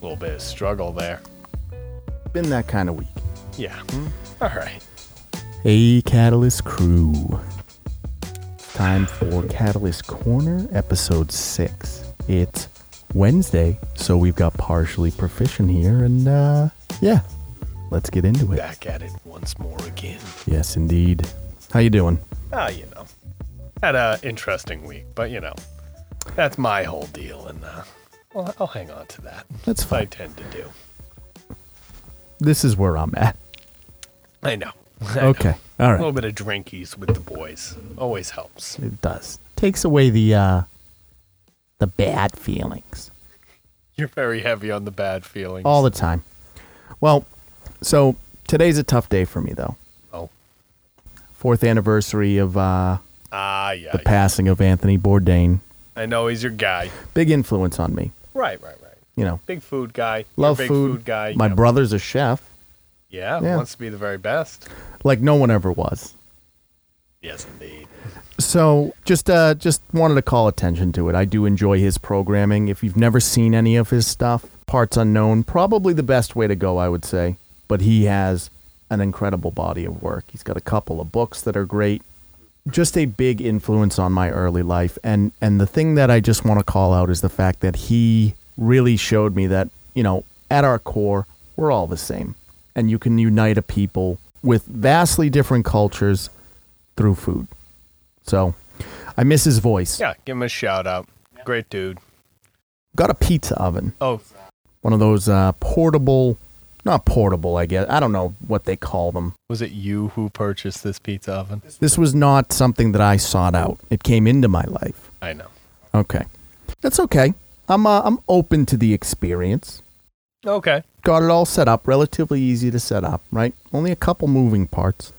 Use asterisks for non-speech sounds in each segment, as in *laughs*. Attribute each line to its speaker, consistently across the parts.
Speaker 1: little bit of struggle there.
Speaker 2: Been that kind of week.
Speaker 1: Yeah. All right.
Speaker 2: Hey, Catalyst crew. Time for Catalyst Corner, episode six. It's Wednesday, so we've got partially proficient here, and uh, yeah, let's get into it.
Speaker 1: Back at it once more again.
Speaker 2: Yes, indeed. How you doing?
Speaker 1: Ah, you know, had a interesting week, but you know, that's my whole deal, and uh, well, I'll hang on to that.
Speaker 2: That's
Speaker 1: I
Speaker 2: fine.
Speaker 1: tend to do.
Speaker 2: This is where I'm at.
Speaker 1: I know. *laughs* I know.
Speaker 2: Okay.
Speaker 1: A
Speaker 2: All
Speaker 1: little
Speaker 2: right.
Speaker 1: bit of drinkies with the boys always helps.
Speaker 2: It does takes away the uh, the bad feelings.
Speaker 1: You're very heavy on the bad feelings.
Speaker 2: all the time. Well, so today's a tough day for me though.
Speaker 1: oh.
Speaker 2: Fourth anniversary of uh,
Speaker 1: Ah, yeah.
Speaker 2: the
Speaker 1: yeah.
Speaker 2: passing of Anthony Bourdain.
Speaker 1: I know he's your guy.
Speaker 2: Big influence on me.
Speaker 1: Right, right, right.
Speaker 2: You know,
Speaker 1: Big food guy. You're a
Speaker 2: love
Speaker 1: big
Speaker 2: food.
Speaker 1: guy.
Speaker 2: My
Speaker 1: yeah.
Speaker 2: brother's a chef,
Speaker 1: Yeah,
Speaker 2: Yeah.
Speaker 1: wants to be the very best.
Speaker 2: like no one ever was.
Speaker 1: Yes, indeed.
Speaker 2: So just uh, just wanted to call attention to it. I do enjoy his programming. If you've never seen any of his stuff, parts unknown, probably the best way to go, I would say. But he has an incredible body of work. He's got a couple of books that are great. Just a big influence on my early life. And and the thing that I just want to call out is the fact that he really showed me that, you know, at our core, we're all the same. And you can unite a people with vastly different cultures through food. So I miss his voice.
Speaker 1: Yeah, give him a shout out. Great dude.
Speaker 2: Got a pizza oven,
Speaker 1: Oh,
Speaker 2: one of those uh, portable, not portable, I guess. I don't know what they call them.
Speaker 1: was it you who purchased this pizza oven?
Speaker 2: This was not something that I sought out. It came into my life.
Speaker 1: I know.
Speaker 2: Okay, that's okay. I'm uh, I'm open to the experience.
Speaker 1: Okay.
Speaker 2: Got it all set up, relatively easy to set up, right? Only a couple moving parts.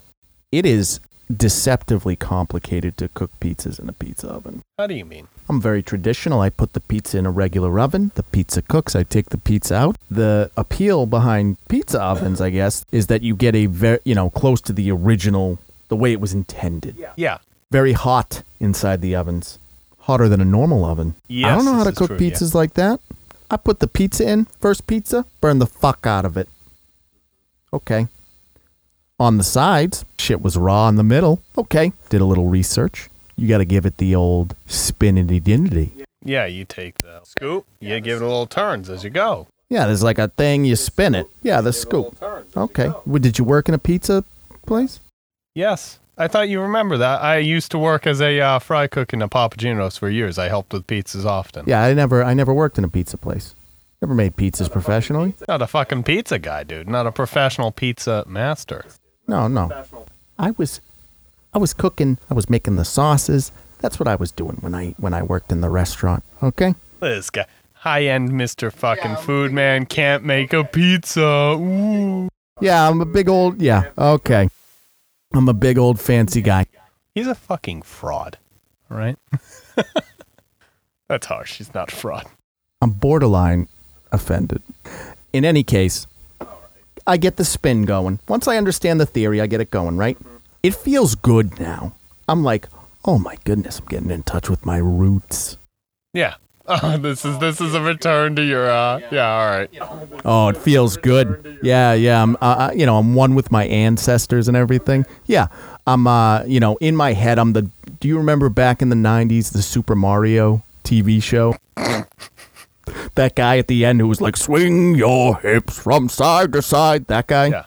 Speaker 2: It is deceptively complicated to cook pizzas in a pizza oven.
Speaker 1: How do you mean?
Speaker 2: I'm very traditional. I put the pizza in a regular oven. The pizza cooks. I take the pizza out. The appeal behind pizza ovens, I guess, is that you get a very, you know, close to the original, the way it was intended.
Speaker 1: Yeah. Yeah.
Speaker 2: Very hot inside the ovens, hotter than a normal oven. I
Speaker 1: Yes,
Speaker 2: don't know how
Speaker 1: this
Speaker 2: to
Speaker 1: is
Speaker 2: cook
Speaker 1: true, yeah.
Speaker 2: pizzas like that. I put the pizza in first pizza, burn the fuck out of it. Okay. On the sides, shit was raw in the middle. Okay, did a little research. You got to give it the old spinity dinity.
Speaker 1: you take the scoop. You give it a little turns as you go.
Speaker 2: Yeah, there's like a thing you spin it. Yeah, the scoop. Okay. Well, did you work in a pizza place?
Speaker 1: Yes. I thought you remember that. I used to work as a uh, fry cook in a Papagino's for years. I helped with pizzas often.
Speaker 2: Yeah, I never I never worked in a pizza place. Never made pizzas professionally.
Speaker 1: Not a fucking pizza guy, dude. Not a professional pizza master.
Speaker 2: No, no. I was I was cooking, I was making the sauces. That's what I was doing when I when I worked in the restaurant. Okay?
Speaker 1: This guy, high end Mr. fucking food man, can't make a pizza. Ooh.
Speaker 2: Yeah, I'm a big old yeah, okay. I'm a big old fancy guy.
Speaker 1: He's a fucking fraud. All right? *laughs* That's harsh. He's not a fraud.
Speaker 2: I'm borderline offended. In any case, I get the spin going. Once I understand the theory, I get it going, right? It feels good now. I'm like, oh my goodness, I'm getting in touch with my roots.
Speaker 1: Yeah. *laughs* Oh, this is this is a return to your uh yeah, all right.
Speaker 2: Oh, it feels good. Yeah, yeah. I'm, uh, you know, I'm one with my ancestors and everything. Yeah, I'm. Uh, you know, in my head, I'm the. Do you remember back in the '90s, the Super Mario TV show? that guy at the end who was like, "Swing your hips from side to side." That guy.
Speaker 1: Yeah.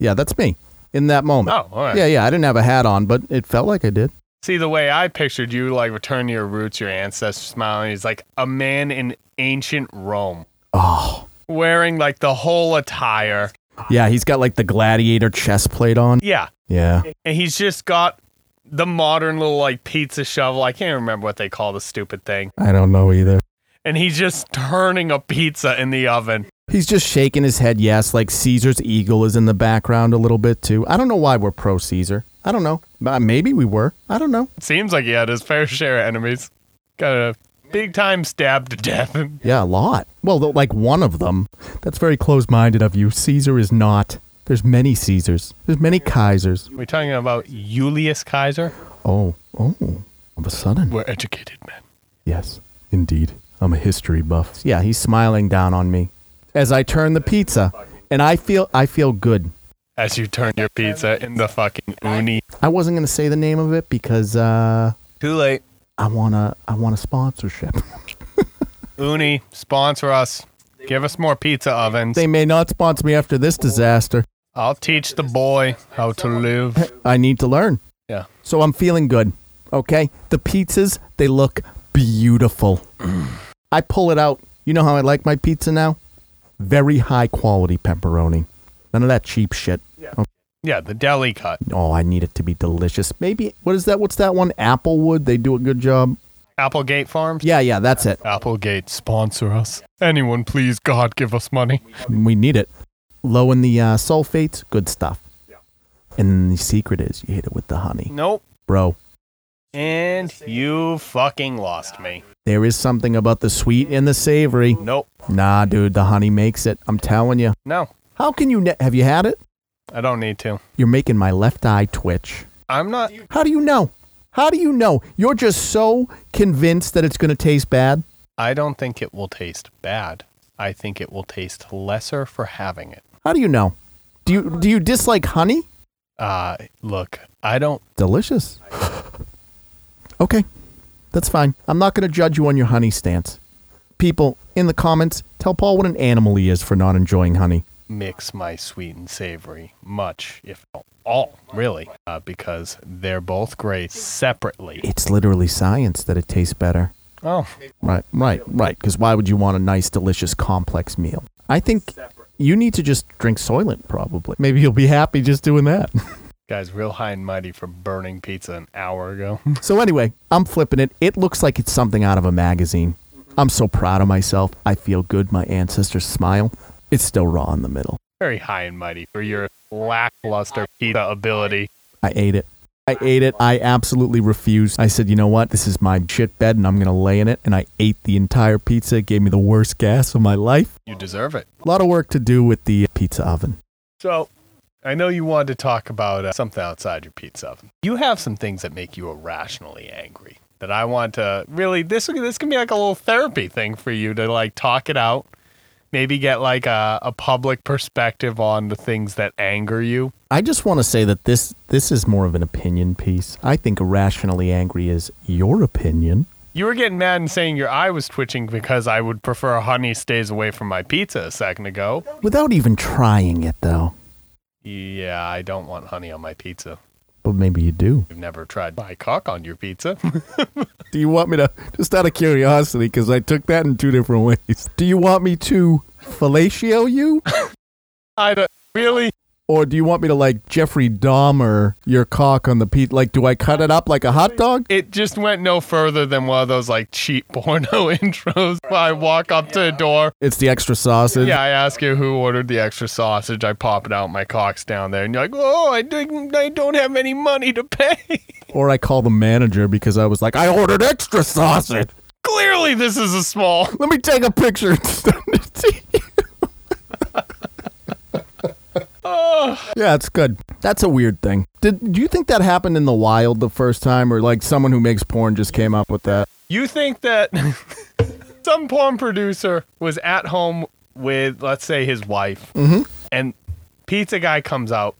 Speaker 2: Yeah, that's me in that moment.
Speaker 1: Oh, all right.
Speaker 2: Yeah, yeah. I didn't have a hat on, but it felt like I did.
Speaker 1: See the way I pictured you like return to your roots, your ancestors smiling is like a man in ancient Rome.
Speaker 2: Oh.
Speaker 1: Wearing like the whole attire.
Speaker 2: Yeah, he's got like the gladiator chest plate on.
Speaker 1: Yeah.
Speaker 2: Yeah.
Speaker 1: And he's just got the modern little like pizza shovel. I can't remember what they call the stupid thing.
Speaker 2: I don't know either.
Speaker 1: And he's just turning a pizza in the oven.
Speaker 2: He's just shaking his head yes, like Caesar's eagle is in the background a little bit too. I don't know why we're pro Caesar. I don't know. Uh, Maybe we were. I don't know.
Speaker 1: Seems like he had his fair share of enemies. Got a big time stab to death.
Speaker 2: Yeah, a lot. Well, th- like one of them. That's very close minded of you. Caesar is not. There's many Caesars. There's many Kaisers.
Speaker 1: We're talking about Julius Kaiser.
Speaker 2: Oh, oh. All of a sudden.
Speaker 1: We're educated men.
Speaker 2: Yes, indeed. I'm a history buff. Yeah, he's smiling down on me. as I turn the pizza, and I feel I feel good.
Speaker 1: As you turn your pizza in the fucking uni.
Speaker 2: I wasn't gonna say the name of it because uh,
Speaker 1: Too late.
Speaker 2: I wanna I want a sponsorship.
Speaker 1: Uni, sponsor us. Give us more pizza ovens.
Speaker 2: they may not sponsor me after this disaster.
Speaker 1: I'll teach the boy how to *laughs* live.
Speaker 2: I need to learn.
Speaker 1: Yeah.
Speaker 2: So I'm feeling good. Okay. The pizzas, they look beautiful. I pull it out. You know how I like my pizza now? Very high quality pepperoni. None of that cheap shit.
Speaker 1: Yeah, the deli cut.
Speaker 2: Oh, I need it to be delicious. Maybe what is that? What's that one? Applewood. They do a good job.
Speaker 1: Applegate Farms.
Speaker 2: Yeah, yeah, that's it.
Speaker 1: Applegate, sponsor us. Anyone, please, God, give us money.
Speaker 2: We need it. Low in the uh, sulfates, good stuff. And the secret is you hit it with the honey,
Speaker 1: Nope.
Speaker 2: bro.
Speaker 1: And you fucking lost me.
Speaker 2: There is something about the sweet and the savory.
Speaker 1: Nope.
Speaker 2: Nah, dude, the honey makes it. I'm telling you.
Speaker 1: No,
Speaker 2: How can you? Ne- have you had it?
Speaker 1: I don't need to.
Speaker 2: You're making my left eye twitch.
Speaker 1: I'm not.
Speaker 2: How do you know? How do you know? You're just so convinced that it's going to taste bad.
Speaker 1: I don't think it will taste bad. I think it will taste lesser for having it.
Speaker 2: How do you know? Do you do you dislike honey?
Speaker 1: Uh, look, I don't.
Speaker 2: Delicious. *sighs* okay, that's fine. I'm not going to judge you on your honey stance. People in the comments, tell Paul what an animal he is for not enjoying honey.
Speaker 1: mix my sweet and savory much, if at all, really, uh, because they're both great separately.
Speaker 2: It's literally science that it tastes better.
Speaker 1: Oh,
Speaker 2: Right, right, right. Because why would you want a nice, delicious, complex meal? I think you need to just drink Soylent, probably. Maybe you'll be happy just doing that. *laughs*
Speaker 1: guys, real high and mighty for burning pizza an hour ago. *laughs*
Speaker 2: so, anyway, I'm flipping it. It looks like it's something out of a magazine. I'm so proud of myself. I feel good. My ancestors smile. It's still raw in the middle.
Speaker 1: Very high and mighty for your lackluster pizza ability.
Speaker 2: I ate it. I ate it. I absolutely refused. I said, you know what? This is my shit bed and I'm going to lay in it. And I ate the entire pizza. It gave me the worst gas of my life.
Speaker 1: You deserve it.
Speaker 2: A lot of work to do with the pizza oven.
Speaker 1: So, I know you wanted to talk about uh, something outside your pizza oven. You have some things that make you irrationally angry that I want to really this this can be like a little therapy thing for you to like talk it out. Maybe get like a, a public perspective on the things that anger you.
Speaker 2: I just want to say that this this is more of an opinion piece. I think irrationally angry is your opinion.
Speaker 1: You were getting mad and saying your eye was twitching because I would prefer honey stays away from my pizza a second ago.
Speaker 2: Without even trying it though.
Speaker 1: Yeah, I don't want honey on my pizza.
Speaker 2: But maybe you do.
Speaker 1: You've never tried my cock on your pizza. *laughs*
Speaker 2: Do you want me to just out of curiosity because I took that in two different ways. Do you want me to fellatio you
Speaker 1: I don't really.
Speaker 2: or do you want me to like Jeffrey Dahmer your cock on the pizza? Like do I cut it up like a hot dog?
Speaker 1: It just went no further than one of those like cheap *laughs* porno intros. where I walk up to a door.
Speaker 2: It's the extra sausage.
Speaker 1: Yeah, I ask you who ordered the extra sausage. I pop it out. My cock's down there, and you're like, "Oh, I didn't. I don't have any money to pay." *laughs*
Speaker 2: Or I call the manager because I was like I ordered extra sausage.
Speaker 1: Clearly, this is a small.
Speaker 2: Let me take a picture and *laughs* send it to you. Yeah, it's good. That's a weird thing. Did do you think that happened in the wild the first time, or like someone who makes porn just came up with that?
Speaker 1: You think that *laughs* some porn producer was at home with, let's say, his wife, and pizza guy comes out.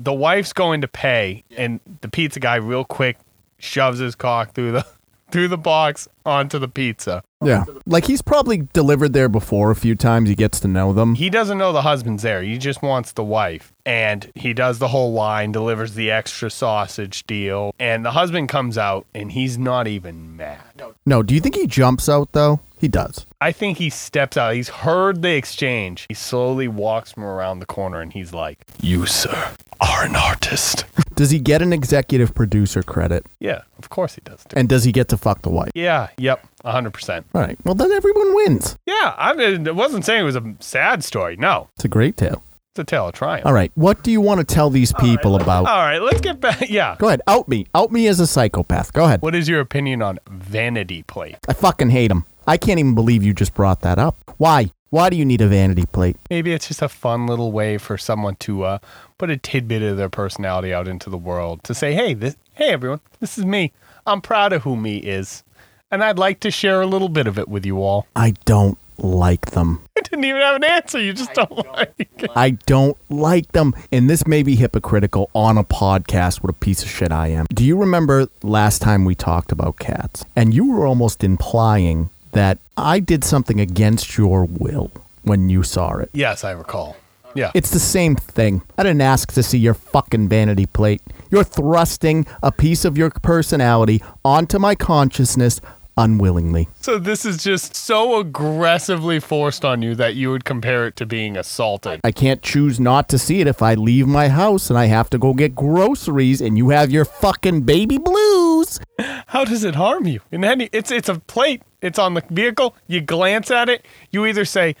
Speaker 1: The wife's going to pay, and the pizza guy real quick shoves his cock through the *laughs* through the box onto the pizza.
Speaker 2: Yeah, like he's probably delivered there before a few times. He gets to know them.
Speaker 1: He doesn't know the husband's there. He just wants the wife. And he does the whole line, delivers the extra sausage deal, and the husband comes out and he's not even mad.
Speaker 2: No, do you think he jumps out though? He does.
Speaker 1: I think he steps out. He's heard the exchange. He slowly walks from around the corner and he's like, You, sir, are an artist. *laughs*
Speaker 2: Does he get an executive producer credit,
Speaker 1: yeah, of course he does. Dude.
Speaker 2: and does he get to fuck the wife?
Speaker 1: Yeah, yep, 100%.
Speaker 2: All right. Well, then everyone wins.
Speaker 1: Yeah, I mean, I wasn't saying it was a sad story. No,
Speaker 2: It's a great tale.
Speaker 1: it's a tale of triumph.
Speaker 2: All right. What do you want to tell these people about?
Speaker 1: All right, let's get back. *laughs* Yeah.
Speaker 2: Go ahead. Out me. Out me as a psychopath. Go ahead.
Speaker 1: What is your opinion on vanity plate?
Speaker 2: I fucking hate him. I can't even believe you just brought that up. Why? Why do you need a vanity plate?
Speaker 1: Maybe it's just a fun little way for someone to uh, put a tidbit of their personality out into the world to say, "Hey, this, hey everyone, this is me. I'm proud of who me is, and I'd like to share a little bit of it with you all." *laughs*
Speaker 2: I don't like them.
Speaker 1: I did didn't even have an answer. You just don't, like it.
Speaker 2: I don't like them. And this may be hypocritical on a podcast. What a piece of shit I am. Do you remember last time we talked about cats? And you were almost implying that I did something against your will when you saw it.
Speaker 1: Yes, I recall. Yeah.
Speaker 2: It's the same thing. I didn't ask to see your fucking vanity plate. You're thrusting a piece of your personality onto my consciousness unwillingly.
Speaker 1: so this is just so aggressively forced on you that you would compare it to being assaulted.
Speaker 2: I can't choose not to see it if I leave my house and I have to go get groceries and you have your fucking baby blues.
Speaker 1: How does it harm you? And then it's it's a plate. It's on the vehicle. You glance at it. You either say,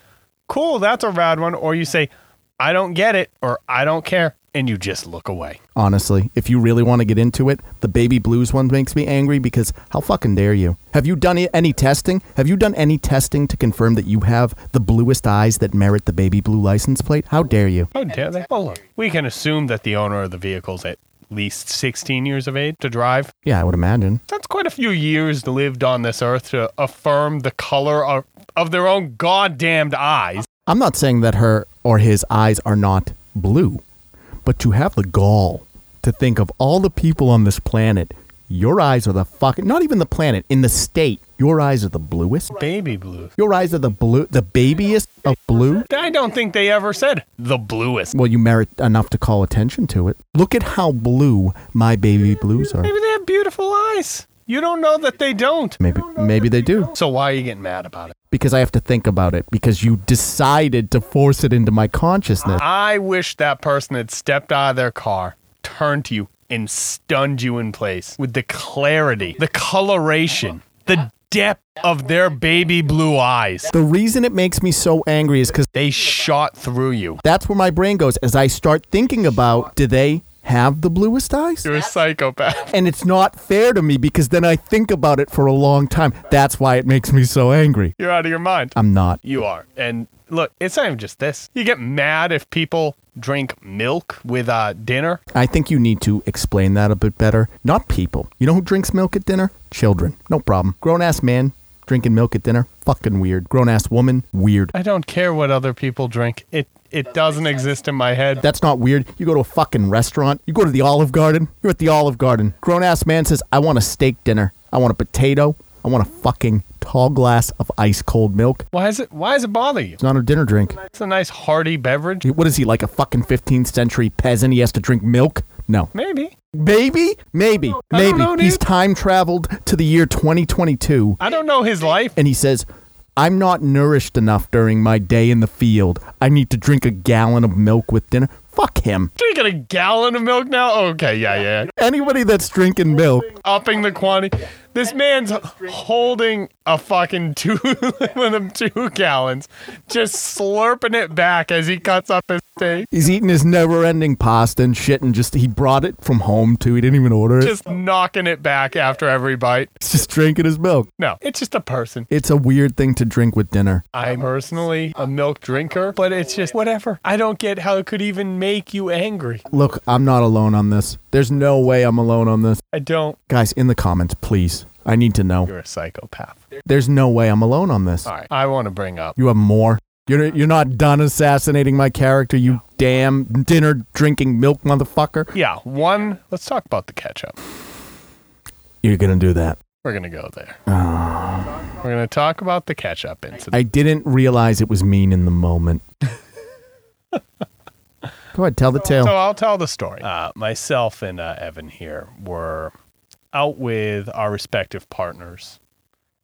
Speaker 1: "Cool, that's a rad one," or you say, "I don't get it," or "I don't care," and you just look away.
Speaker 2: Honestly, if you really want to get into it, the baby blues one makes me angry because how fucking dare you? Have you done i- any testing? Have you done any testing to confirm that you have the bluest eyes that merit the baby blue license plate? How dare you?
Speaker 1: How dare they? Well, look, we can assume that the owner of the vehicle's at least 16 years of age to drive.
Speaker 2: Yeah, I would imagine.
Speaker 1: That's quite a few years lived on this earth to affirm the color of, of their own goddamned eyes.
Speaker 2: I'm not saying that her or his eyes are not blue, but to have the gall to think of all the people on this planet, your eyes are the fucking, not even the planet, in the state, your eyes are the bluest.
Speaker 1: Baby blue.
Speaker 2: Your eyes are the blue, the babiest of blue.
Speaker 1: I don't think they ever said the bluest.
Speaker 2: Well, you merit enough to call attention to it. Look at how blue my baby blues are.
Speaker 1: Maybe they have beautiful eyes. You don't know that they don't.
Speaker 2: Maybe, maybe they do.
Speaker 1: So why are you getting mad about it?
Speaker 2: Because I have to think about it. Because you decided to force it into my consciousness.
Speaker 1: I wish that person had stepped out of their car, turned to you, and stunned you in place with the clarity, the coloration, the depth of their baby blue eyes.
Speaker 2: The reason it makes me so angry is because
Speaker 1: They shot through you.
Speaker 2: that's where my brain goes as I start thinking about do they have the bluest eyes?
Speaker 1: You're a psychopath. *laughs*
Speaker 2: And it's not fair to me because then I think about it for a long time. That's why it makes me so angry.
Speaker 1: You're out of your mind.
Speaker 2: I'm not.
Speaker 1: You are. And look, it's not even just this. You get mad if people drink milk with uh, dinner.
Speaker 2: I think you need to explain that a bit better. Not people. You know who drinks milk at dinner? Children. No problem. Grown ass man drinking milk at dinner? Fucking weird. Grown ass woman? Weird.
Speaker 1: I don't care what other people drink. It it doesn't exist in my head.
Speaker 2: That's not weird. You go to a fucking restaurant. You go to the Olive Garden. You're at the Olive Garden. Grown ass man says, I want a steak dinner. I want a potato. I want a fucking tall glass of ice cold milk.
Speaker 1: Why is it why does it bother you?
Speaker 2: It's not a dinner drink.
Speaker 1: It's a nice hearty beverage.
Speaker 2: What is he, like a fucking 15th century peasant? He has to drink milk? No.
Speaker 1: Maybe.
Speaker 2: Maybe? Maybe.
Speaker 1: I don't
Speaker 2: Maybe.
Speaker 1: know,
Speaker 2: He's
Speaker 1: dude.
Speaker 2: time traveled to the year 2022
Speaker 1: I don't know his life.
Speaker 2: and he says, I'm not nourished enough during my day in the field. I need to drink a gallon of milk with dinner. Fuck him.
Speaker 1: Drinking a gallon of milk now? Okay, yeah, yeah.
Speaker 2: Anybody that's drinking milk,
Speaker 1: Upping the quantity. This man's holding a fucking two *laughs* one of them two gallons, just slurping it back as he cuts up his steak.
Speaker 2: he's eating his never ending pasta and shit and just, he brought it from home too. He didn't even order it.
Speaker 1: Just knocking it back after every bite.
Speaker 2: he's *laughs* just drinking his milk.
Speaker 1: No, it's just a person.
Speaker 2: It's a weird thing to drink with dinner.
Speaker 1: I'm personally a milk drinker, but it's just whatever. I don't get how it could even make you angry.
Speaker 2: Look, I'm not alone on this. There's no way I'm alone on this.
Speaker 1: I don't.
Speaker 2: Guys, in the comments, please. I need to know.
Speaker 1: You're a psychopath.
Speaker 2: There's no way I'm alone on this.
Speaker 1: All right. I want to bring up.
Speaker 2: You have more. You're you're not done assassinating my character, you damn dinner drinking milk motherfucker.
Speaker 1: Yeah, one. Let's talk about the ketchup.
Speaker 2: You're gonna do that. Ah.
Speaker 1: We're going to go there. We're going to talk about the ketchup incident.
Speaker 2: I didn't realize it was mean in the moment. Go ahead, tell the
Speaker 1: So
Speaker 2: tale.
Speaker 1: I'll tell the story. Uh, myself and uh, Evan here were out with our respective partners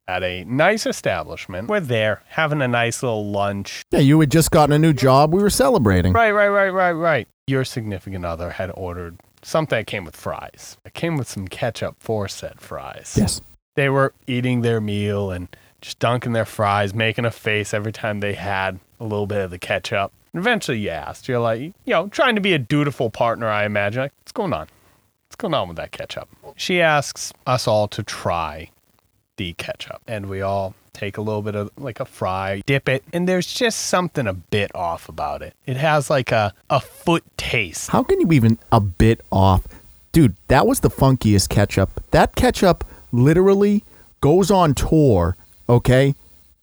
Speaker 1: at a nice establishment. We're there having a nice little lunch.
Speaker 2: Yeah, you had just gotten a new job. We were celebrating.
Speaker 1: Right, right, right, right, right. Your significant other had ordered something that came with fries. It came with some ketchup for said fries.
Speaker 2: Yes.
Speaker 1: They were eating their meal and just dunking their fries, making a face every time they had a little bit of the ketchup. And eventually you asked, you're like, you know, trying to be a dutiful partner, I imagine. Like, what's going on? What's going on with that ketchup? She asks us all to try the ketchup. And we all take a little bit of like a fry, dip it, and there's just something a bit off about it. It has like a, a foot taste.
Speaker 2: How can you even a bit off? Dude, that was the funkiest ketchup. That ketchup literally goes on tour, okay?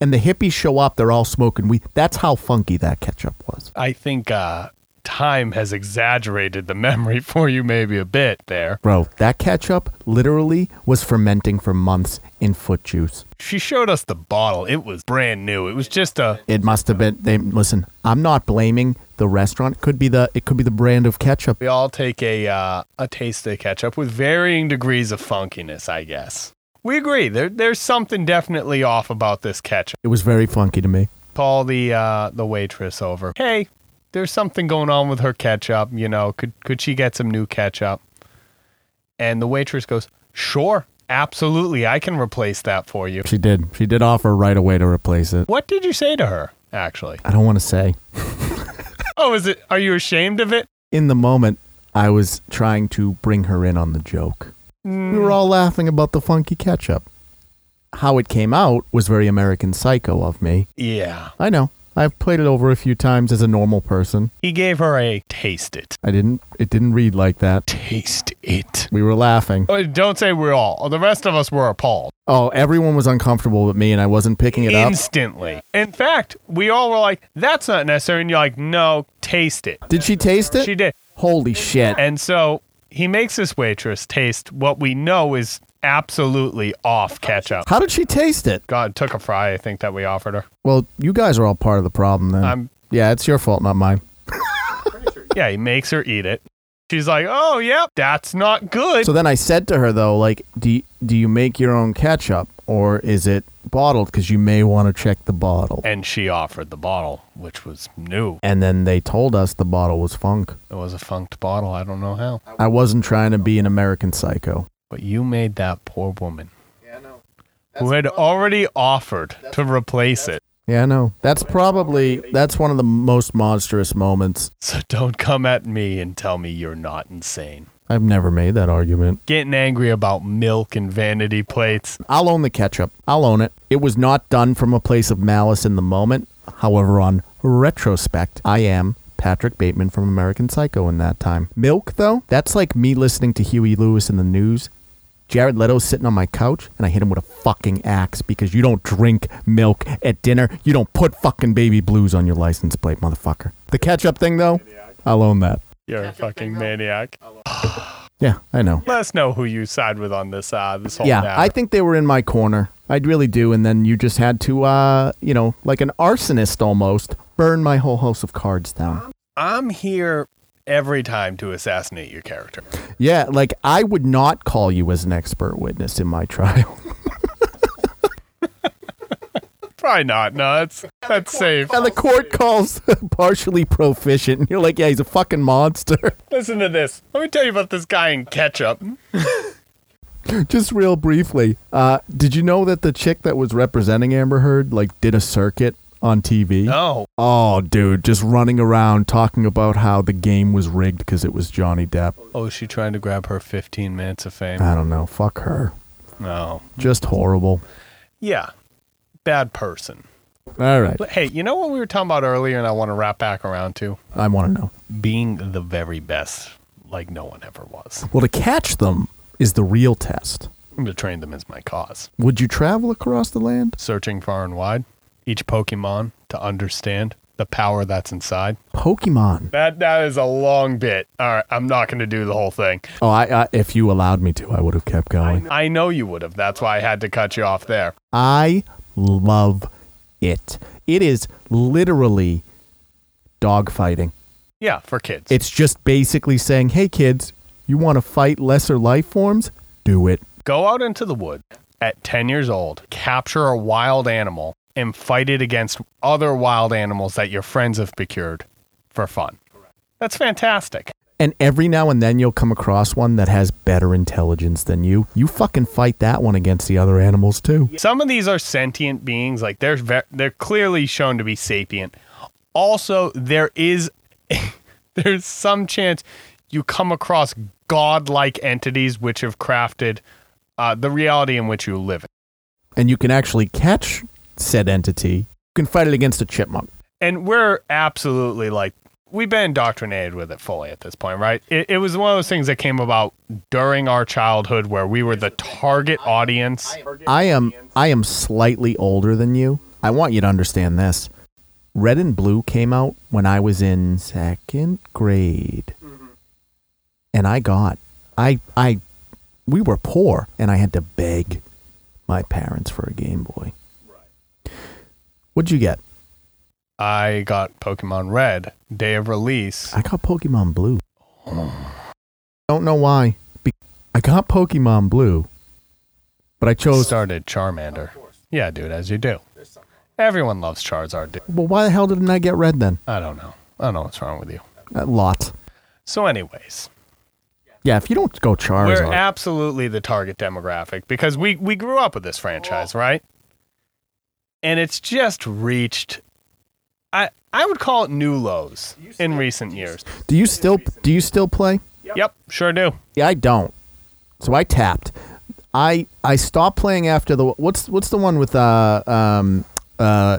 Speaker 2: and the hippies show up. They're all smoking weed. That's how funky that ketchup was.
Speaker 1: I think uh, time has exaggerated the memory *laughs* for you maybe a bit there.
Speaker 2: Bro, that ketchup literally was fermenting for months in foot juice.
Speaker 1: She showed us the bottle. It was brand new. It was just a
Speaker 2: It must have been. They listen. I'm not blaming the restaurant. Could be the. It could be the brand of ketchup.
Speaker 1: we all take a uh, a taste of ketchup with varying degrees of funkiness, I guess. We agree. There, there's something definitely off about this ketchup.
Speaker 2: It was very funky to me.
Speaker 1: Call the uh, the waitress over. Hey, there's something going on with her ketchup. You know, could could she get some new ketchup? And the waitress goes, "Sure, absolutely. I can replace that for you."
Speaker 2: She did. She did offer right away to replace it.
Speaker 1: What did you say to her? Actually,
Speaker 2: I don't want to say.
Speaker 1: oh, is it? Are you ashamed of it?
Speaker 2: In the moment, I was trying to bring her in on the joke. We
Speaker 1: Hmm.
Speaker 2: were all laughing about the funky ketchup. How it came out was very American Psycho of me.
Speaker 1: Yeah.
Speaker 2: I know. I've played it over a few times as a normal person.
Speaker 1: He gave her a taste it.
Speaker 2: I didn't. It didn't read like that.
Speaker 1: Taste it.
Speaker 2: We were laughing.
Speaker 1: Oh, Don't say we're all. The rest of us were appalled
Speaker 2: Oh, everyone was uncomfortable with me, and I wasn't picking it up.
Speaker 1: instantly. In fact, we all were like, "That's not necessary," and you're like, "No, taste it."
Speaker 2: Did she taste it?
Speaker 1: She did,
Speaker 2: Holy shit!
Speaker 1: and so he makes this waitress taste what we know is absolutely off ketchup.
Speaker 2: How did she taste it?
Speaker 1: God took a fry. I think that we offered her.
Speaker 2: Well, you guys are all part of the problem then.
Speaker 1: I'm-
Speaker 2: yeah, it's your fault, not mine. *laughs*
Speaker 1: Yeah, he makes her eat it. She's like, "Oh, yep, that's not good."
Speaker 2: So then I said to her though, like, do you, do you make your own ketchup or is it bottled? Because you may want to check the bottle.
Speaker 1: and she offered the bottle, which was new.
Speaker 2: And then they told us the bottle was funk.
Speaker 1: It was a funked bottle. I don't know how,
Speaker 2: I wasn't trying to be an American psycho.
Speaker 1: but you made that poor woman. Who had already offered to replace it.
Speaker 2: Yeah, I know. That's probably that's one of the most monstrous moments.
Speaker 1: So don't come at me and tell me you're not insane.
Speaker 2: I've never made that argument.
Speaker 1: Getting angry about milk and vanity plates.
Speaker 2: I'll own the ketchup. I'll own it. It was not done from a place of malice in the moment. However, on retrospect, I am Patrick Bateman from American Psycho in that time. Milk, though, that's like me listening to Huey Lewis in the news. Jared Leto's sitting on my couch, and I hit him with a fucking axe because you don't drink milk at dinner. You don't put fucking baby blues on your license plate, motherfucker. The ketchup thing, though, I'll own that.
Speaker 1: You're a fucking maniac.
Speaker 2: Yeah, I know.
Speaker 1: Let us know who you side with on this uh this whole
Speaker 2: yeah,
Speaker 1: matter.
Speaker 2: I think they were in my corner. I really do. And then you just had to, uh, you know, like an arsonist almost, burn my whole house of cards down.
Speaker 1: I'm here every time to assassinate your character.
Speaker 2: Yeah, like I would not call you as an expert witness in my *laughs* trial.
Speaker 1: Probably not. No, that's that's safe.
Speaker 2: and the court calls *laughs* partially proficient. And you're like, yeah, he's a fucking monster. *laughs*
Speaker 1: Listen to this. Let me tell you about this guy in ketchup.
Speaker 2: just real briefly, uh, did you know that the chick that was representing Amber Heard, like, did a circuit on TV?
Speaker 1: No.
Speaker 2: Oh, dude, just running around talking about how the game was rigged because it was Johnny Depp.
Speaker 1: Oh, is she trying to grab her 15 minutes of fame?
Speaker 2: I don't know. Fuck her.
Speaker 1: No.
Speaker 2: Just horrible.
Speaker 1: Yeah. Bad person.
Speaker 2: All right.
Speaker 1: But hey, you know what we were talking about earlier and I want to wrap back around to?
Speaker 2: I want to know.
Speaker 1: being the very best like no one ever was.
Speaker 2: Well, to catch them is the real test.
Speaker 1: I'm going to train them as my cause.
Speaker 2: Would you travel across the land?
Speaker 1: Searching far and wide, each Pokemon to understand the power that's inside.
Speaker 2: Pokemon.
Speaker 1: That that is a long bit. All right, I'm not going to do the whole thing.
Speaker 2: Oh, I, I if you allowed me to, I would have kept going.
Speaker 1: I know you would have. That's why I had to cut you off there.
Speaker 2: I love it. It is literally dogfighting.
Speaker 1: Yeah, for kids.
Speaker 2: It's just basically saying, "Hey kids, you want to fight lesser life forms? Do it."
Speaker 1: Go out into the wood at 10 years old, capture a wild animal and fight it against other wild animals that your friends have procured for fun. That's fantastic.
Speaker 2: And every now and then you'll come across one that has better intelligence than you. You fucking fight that one against the other animals too.
Speaker 1: Some of these are sentient beings. Like they're ve- they're clearly shown to be sapient. Also, there is *laughs* there's some chance you come across godlike entities which have crafted uh, the reality in which you live.
Speaker 2: and you can actually catch said entity, you can fight it against a chipmunk.
Speaker 1: And we're absolutely like we've been indoctrinated with it fully at this point, right? It, it was one of those things that came about during our childhood where we were the target audience.
Speaker 2: I am I am slightly older than you, I want you to understand this. Red and Blue came out when I was in second grade. And I got I I we were poor and I had to beg my parents for a Game Boy. What'd you get?
Speaker 1: I got Pokemon Red, day of release.
Speaker 2: I got Pokemon Blue. Don't know why. Be- I got Pokemon Blue, but I chose.
Speaker 1: started Charmander. Yeah, dude, as you do. Everyone loves Charizard, dude.
Speaker 2: Well, why the hell didn't I get red then?
Speaker 1: I don't know. I don't know what's wrong with you.
Speaker 2: A lot.
Speaker 1: So, anyways,
Speaker 2: Yeah, if you don't go Charizard,
Speaker 1: we're absolutely the target demographic because we we grew up with this franchise, right? And it's just reached I I would call it new lows in recent years.
Speaker 2: do you still do you still play?
Speaker 1: Yep, sure do.
Speaker 2: Yeah, I don't. So I tapped. I I stopped playing after the what's what's the one with uh um uh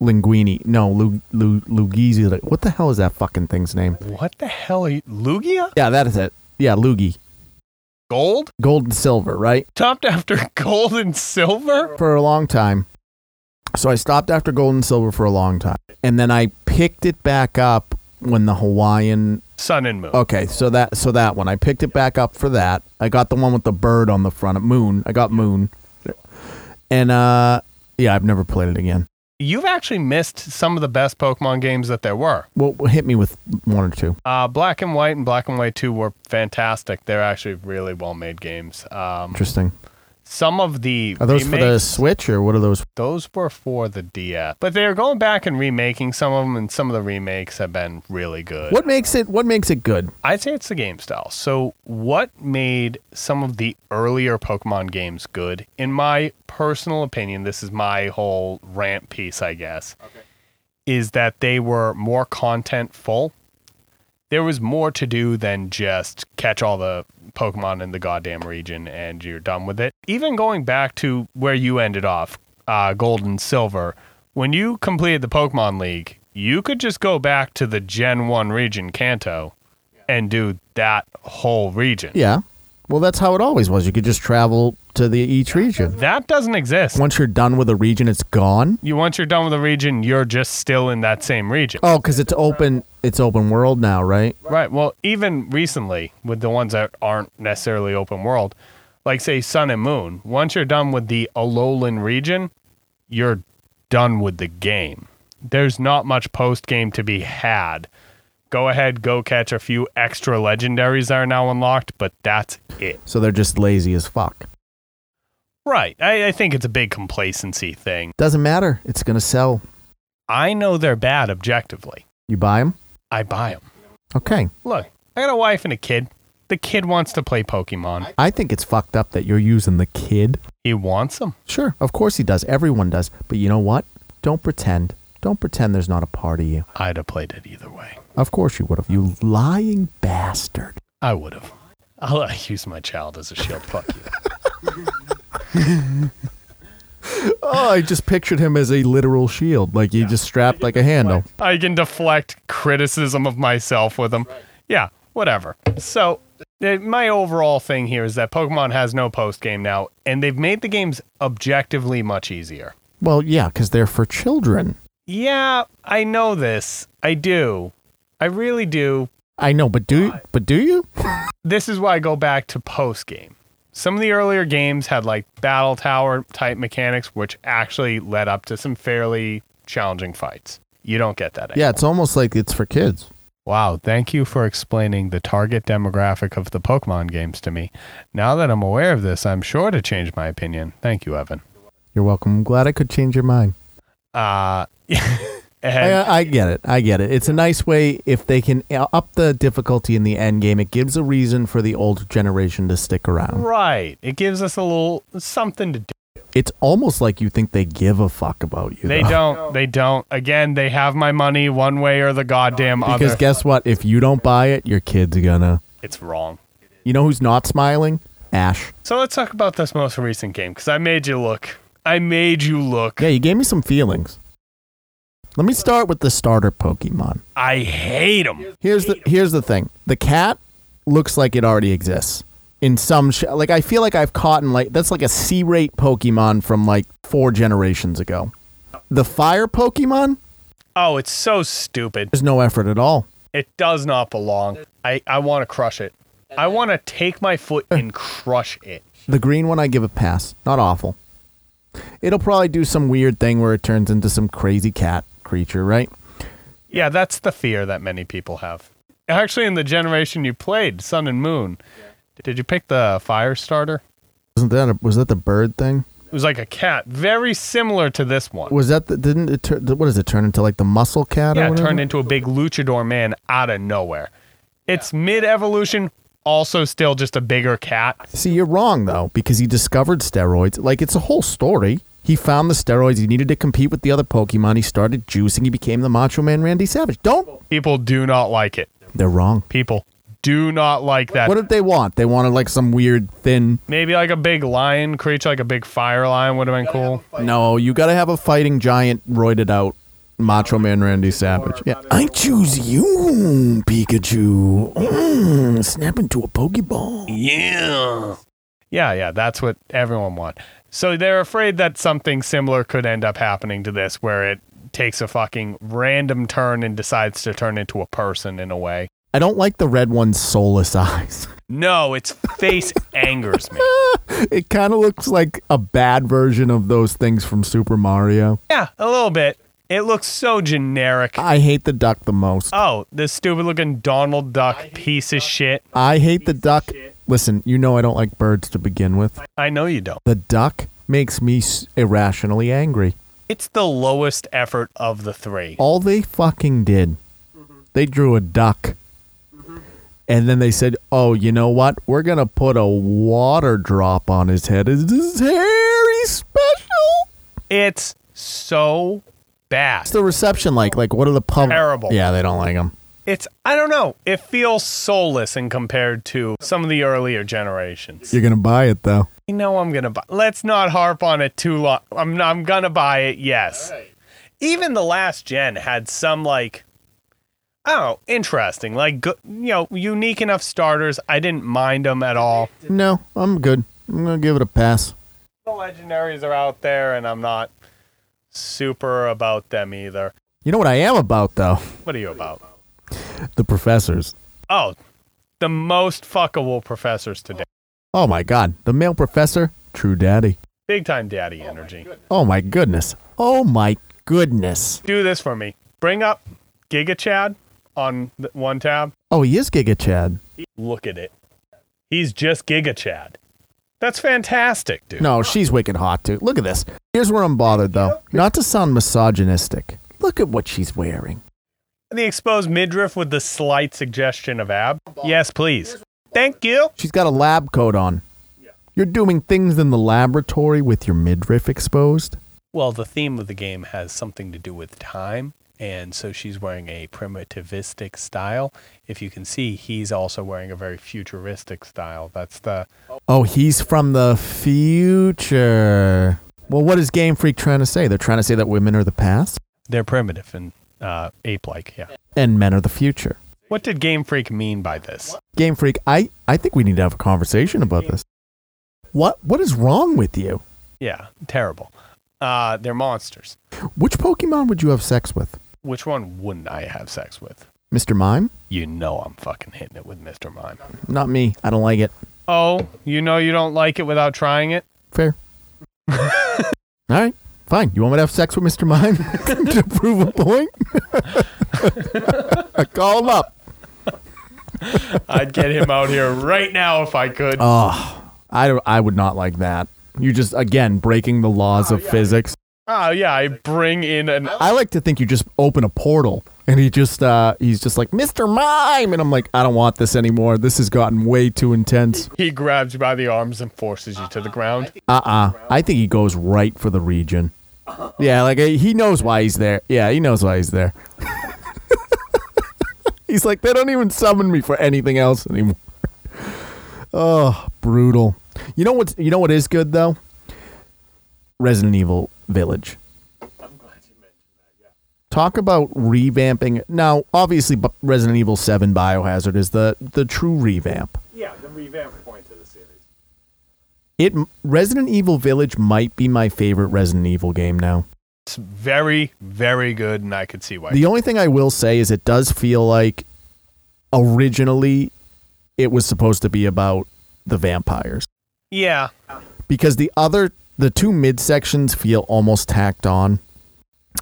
Speaker 2: Linguini? No, Lu, Lu, Lugizi. What the hell is that fucking thing's name?
Speaker 1: What the hell are you Lugia?
Speaker 2: Yeah, that is it. Yeah, Lugi.
Speaker 1: Gold?
Speaker 2: Gold and silver, right?
Speaker 1: Topped after *laughs* gold and silver?
Speaker 2: for a long time. So I stopped after gold and silver for a long time. And then I picked it back up when the Hawaiian
Speaker 1: Sun and moon.
Speaker 2: Okay, so that so that one. I picked it back up for that. I got the one with the bird on the front of Moon. I got Moon. And uh yeah, I've never played it again.
Speaker 1: You've actually missed some of the best Pokemon games that there were.
Speaker 2: Well, hit me with one or two.
Speaker 1: Uh, Black and White and Black and White 2 were fantastic. They're actually really well made games. Um,
Speaker 2: Interesting.
Speaker 1: some of the.
Speaker 2: Are those for the
Speaker 1: remakes-
Speaker 2: Switch or what are those?
Speaker 1: Those were for the DS. But they're going back and remaking some of them, and some of the remakes have been really good.
Speaker 2: What makes it what makes it good?
Speaker 1: I'd say it's the game style. So, what made some of the earlier Pokemon games good, in my personal opinion, this is my whole rant piece, I guess, is that they were more content full. There was more to do than just catch all the Pokemon in the goddamn region and you're done with it. Even going back to where you ended off, uh, Gold and Silver, when you completed the Pokemon League, you could just go back to the Gen 1 region, Kanto and do that whole region.
Speaker 2: Yeah. Well, that's how it always was. You could just travel to the each region.
Speaker 1: That doesn't exist.
Speaker 2: Once you're done with a region, it's gone.
Speaker 1: You once you're done with a region, you're just still in that same region.
Speaker 2: Oh, because it's open. It's open world now, right?
Speaker 1: Right. Well, even recently with the ones that aren't necessarily open world, like say Sun and Moon, once you're done with the Alolan region, you're done with the game. There's not much post game to be had. Go ahead, go catch a few extra legendaries that are now unlocked, but that's it.
Speaker 2: So they're just lazy as fuck.
Speaker 1: Right. I, I think it's a big complacency thing.
Speaker 2: Doesn't matter. It's gonna sell.
Speaker 1: I know they're bad objectively.
Speaker 2: You buy them.
Speaker 1: I buy them.
Speaker 2: Okay.
Speaker 1: Look, I got a wife and a kid. The kid wants to play Pokemon.
Speaker 2: I think it's fucked up that you're using the kid.
Speaker 1: He wants them.
Speaker 2: Sure, of course he does. Everyone does. But you know what? Don't pretend. Don't pretend there's not a part of you.
Speaker 1: I'd have played it either way.
Speaker 2: Of course you would have. You lying bastard.
Speaker 1: I would have. I'll uh, use my child as a shield. Fuck you.
Speaker 2: Oh, I just pictured him as a literal shield, like he just strapped like a handle.
Speaker 1: *laughs* I can deflect criticism of myself with them. Yeah, whatever. So, uh, my overall thing here is that Pokemon has no post game now, and they've made the games objectively much easier.
Speaker 2: Well, yeah, because they're for children.
Speaker 1: Yeah, I know this. I do. I really do,
Speaker 2: I know, but do but do you? *laughs*
Speaker 1: this is why I go back to post game. Some of the earlier games had like battle tower type mechanics, which actually led up to some fairly challenging fights. You don't get that.
Speaker 2: Yeah, it's almost like it's for kids.
Speaker 1: Wow. Thank you for explaining the target demographic of the Pokemon games to me. Now that I'm aware of this, I'm sure to change my opinion. Thank you, Evan.
Speaker 2: You're welcome. I'm glad I could change your mind.
Speaker 1: Uh, *laughs* and-
Speaker 2: I, I get it. I get it. It's a nice way if they can up the difficulty in the end game. It gives a reason for the older generation to stick around.
Speaker 1: right. It gives us a little something to do.
Speaker 2: It's almost like you think they give a fuck about you.
Speaker 1: They
Speaker 2: though.
Speaker 1: don't. They don't. Again, they have my money one way or the goddamn
Speaker 2: Because
Speaker 1: other.
Speaker 2: guess what? If you don't buy it, your kid's gonna.
Speaker 1: it's wrong.
Speaker 2: You know who's not smiling? Ash.
Speaker 1: So let's talk about this most recent game because I made you look. I made you look.
Speaker 2: Yeah, you gave me some feelings. Let me start with the starter Pokemon.
Speaker 1: I hate them.
Speaker 2: Here's the here's the thing. The cat looks like it already exists in some sh- like I feel like I've caught in like that's like a C rate Pokemon from like four generations ago. The fire Pokemon?
Speaker 1: Oh, it's so stupid.
Speaker 2: There's no effort at all.
Speaker 1: It does not belong. I, I want to crush it. I want to take my foot and crush it.
Speaker 2: The green one I give a pass. Not awful. It'll probably do some weird thing where it turns into some crazy cat creature, right?
Speaker 1: Yeah, that's the fear that many people have. Actually, in the generation you played, Sun and Moon, did you pick the fire starter?
Speaker 2: Wasn't that a, was that the bird thing?
Speaker 1: It was like a cat, very similar to this one.
Speaker 2: Was that the, didn't it turn what does it turn into like the muscle cat
Speaker 1: yeah,
Speaker 2: or
Speaker 1: it
Speaker 2: whatever?
Speaker 1: turned into a big luchador man out of nowhere. It's mid evolution, also still just a bigger cat.
Speaker 2: See, you're wrong though because he discovered steroids. Like it's a whole story. He found the steroids. He needed to compete with the other Pokemon. He started juicing. He became the Macho Man Randy Savage. Don't.
Speaker 1: People do not like it.
Speaker 2: They're wrong.
Speaker 1: People do not like that.
Speaker 2: What did they want? They wanted like some weird thin.
Speaker 1: Maybe like a big lion creature, like a big fire lion would have been cool.
Speaker 2: No, you gotta have a fighting giant roided out Macho Man Randy Savage. Yeah. I choose you, Pikachu. Mm, snap into a Pokeball.
Speaker 1: Yeah, yeah, that's what everyone wants. So they're afraid that something similar could end up happening to this, where it takes a fucking random turn and decides to turn into a person in a way.
Speaker 2: I don't like the red one's soulless *laughs* eyes.
Speaker 1: No, its face *laughs* angers me.
Speaker 2: *laughs* it kind of looks like a bad version of those things from Super Mario.
Speaker 1: Yeah, a little bit. It looks so generic.
Speaker 2: I hate the duck the most.
Speaker 1: Oh, this stupid looking Donald Duck piece of shit.
Speaker 2: I hate the duck. Listen, you know I don't like birds to begin with.
Speaker 1: I know you don't.
Speaker 2: The duck makes me s- irrationally angry.
Speaker 1: It's the lowest effort of the three.
Speaker 2: all they fucking did, they drew a duck. And then they said, oh, you know what? We're going to put a water drop on his head. Is this Harry special?
Speaker 1: It's so bad.
Speaker 2: What's the reception like? Like, what are the pub?
Speaker 1: Terrible.
Speaker 2: Yeah, they don't like him.
Speaker 1: It's, I don't know, it feels soulless in compared to some of the earlier generations.
Speaker 2: You're going to buy it, though.
Speaker 1: You know I'm gonna buy. Let's not harp on it too long. I'm I'm gonna buy it. Yes. Even the last gen had some like, oh, interesting, like good, you know, unique enough starters. I didn't mind them at all.
Speaker 2: No, I'm good. I'm going to give it a pass.
Speaker 1: The legendaries are out there, and I'm not super about them either.
Speaker 2: You know what I am about, though? *laughs*
Speaker 1: What are you about?
Speaker 2: The professors.
Speaker 1: Oh, the most fuckable professors today.
Speaker 2: Oh, my God. The male professor, true daddy.
Speaker 1: Big time daddy energy.
Speaker 2: Oh, my goodness. Oh, my goodness.
Speaker 1: Do this for me. Bring up Giga Chad on the one tab.
Speaker 2: Oh, he is Giga Chad.
Speaker 1: Look at it. He's just Giga Chad. That's fantastic, dude.
Speaker 2: No, she's wicked hot too. Look at this. Here's where I'm bothered though. Not to sound misogynistic. Look at what she's wearing.
Speaker 1: The exposed midriff with the slight suggestion of ab. Yes, please. Thank you.
Speaker 2: She's got a lab coat on. You're doing things in the laboratory with your midriff exposed.
Speaker 1: Well, the theme of the game has something to do with time, and so she's wearing a primitivistic style. If you can see, he's also wearing a very futuristic style. That's the
Speaker 2: Oh, he's from the future. Well, what is Game Freak trying to say? They're trying to say that women are the past
Speaker 1: they're primitive and uh, ape-like. Yeah.
Speaker 2: and men are the future.
Speaker 1: What did Game Freak mean by this?
Speaker 2: Game Freak, I, I think we need to have a conversation about this. What what is wrong with you?
Speaker 1: Yeah, terrible. Uh, they're monsters.
Speaker 2: Which Pokemon would you have sex with?
Speaker 1: Which one wouldn't I have sex with?
Speaker 2: Mr. Mime?
Speaker 1: You know I'm fucking hitting it with Mr. Mime.
Speaker 2: Not me. I don't like it.
Speaker 1: Oh, you know you don't like it without trying it?
Speaker 2: Fair. All right, fine. You want me to have sex with Mr. Mime *laughs* to prove a point? *laughs* Call him up.
Speaker 1: I'd get him out here right now if I could.
Speaker 2: Oh, I, don't- I would not like that. You're just, again, breaking the laws of physics.
Speaker 1: oh, yeah, I bring in an.
Speaker 2: I like to think you just open a portal and he just, uh, he's just like, Mr. Mime. And I'm like, I don't want this anymore. This has gotten way too intense.
Speaker 1: He grabs you by the arms and forces you to the ground.
Speaker 2: Uh uh I think he goes right for the region. Yeah, like eh, he knows why he's there. Yeah, he knows why he's there. *laughs* he's like, they don't even summon me for anything else anymore. oh, brutal. You know what's you know what is good though? Resident Evil Village. Talk about revamping. Now, obviously, bu- Resident Evil 7 Biohazard is the, the true revamp
Speaker 1: Yeah, the revamp point to the series.
Speaker 2: it Resident Evil Village might be my favorite Resident Evil game now.
Speaker 1: It's very, very good, and I could see why.
Speaker 2: The only thing I will say is it does feel like originally it was supposed to be about the vampires
Speaker 1: yeah,
Speaker 2: because the other the two mid sections feel almost tacked on.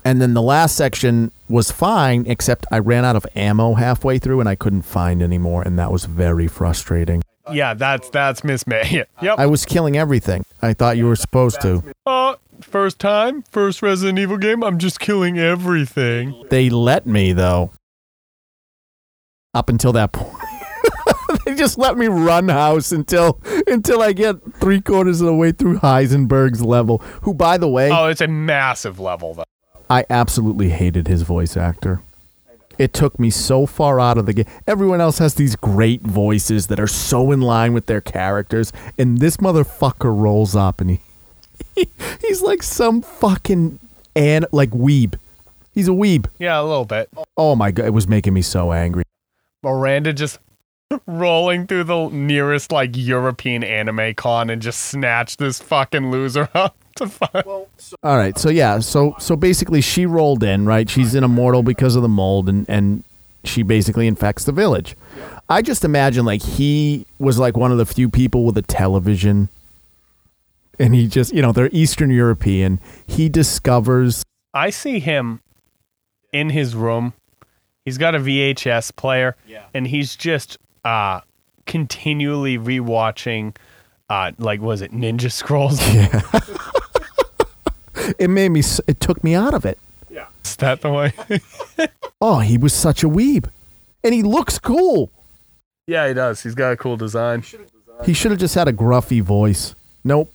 Speaker 2: And then the last section was fine except I ran out of ammo halfway through and I couldn't find any more and that was very frustrating.
Speaker 1: yeah, that's that's Miss May. *laughs* Yeah. Yep.
Speaker 2: Uh, I was killing everything. I thought you were supposed to.
Speaker 1: Uh, first time, first Resident Evil game. I'm just killing everything.
Speaker 2: They let me though. Up until that point. *laughs* they just let me run house until until I get three quarters of the way through Heisenberg's level. Who by the way
Speaker 1: Oh, it's a massive level though.
Speaker 2: I absolutely hated his voice actor. It took me so far out of the game. Everyone else has these great voices that are so in line with their characters, and this motherfucker rolls up and he, *laughs* he's like some fucking and like weeb. He's a weeb.
Speaker 1: Yeah, a little bit.
Speaker 2: Oh my god, it was making me so angry.
Speaker 1: Miranda just rolling through the nearest like European anime con and just snatch this fucking loser *laughs* up to find.
Speaker 2: All right, so yeah, so so basically she rolled in, right? She's an immortal because of the mold and and she basically infects the village. I just imagine like he was like one of the few people with a television and he just, you know, they're Eastern European. He discovers *laughs*
Speaker 1: I see him in his room. He's got a VHS player, and he's just uh, continually rewatching. Uh, like was it Ninja *laughs* Scrolls?
Speaker 2: it made me s- it took me out of it.
Speaker 1: Is that the way? *laughs*
Speaker 2: Oh, he was such a weeb. And he looks cool.
Speaker 1: yeah, he does. He's got a cool design.
Speaker 2: He should have just had a gruffy voice. Nope.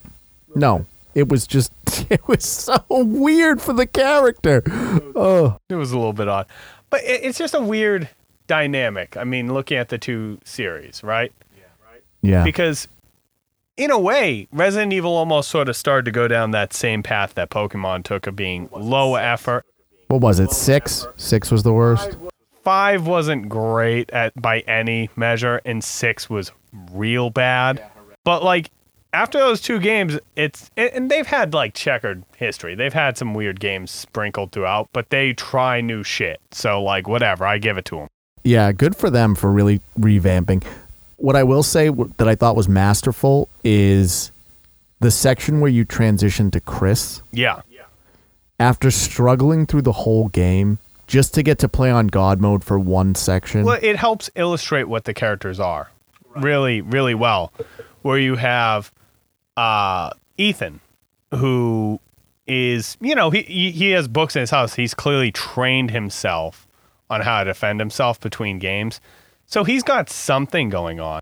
Speaker 2: No. It was just *laughs* it was so weird for the character. Oh.
Speaker 1: It was a little bit odd, but it, it's just a weird dynamic. I mean, looking at the two series, right?
Speaker 2: Yeah.
Speaker 1: Because in a way, Resident Evil almost sort of started to go down that same path that Pokemon took of being low effort.
Speaker 2: what was it? Six? Six was the worst.
Speaker 1: Five wasn't great at by any measure, and six was real bad. but like after those two games, it's and and they've had like checkered history. They've had some weird games sprinkled throughout, but they try new shit. So like whatever, I give it to them.
Speaker 2: Yeah, good for them for really revamping. What I will say w- that I thought was masterful is the section where you transition to Chris
Speaker 1: Yeah.
Speaker 2: after struggling through the whole game just to get to play on God mode for one section.
Speaker 1: Well, it helps illustrate what the characters are really, really well. Where you have uh, Ethan, who is, you know, he, he he has books in his house. He's clearly trained himself on how to defend himself between games. So he's got something going on.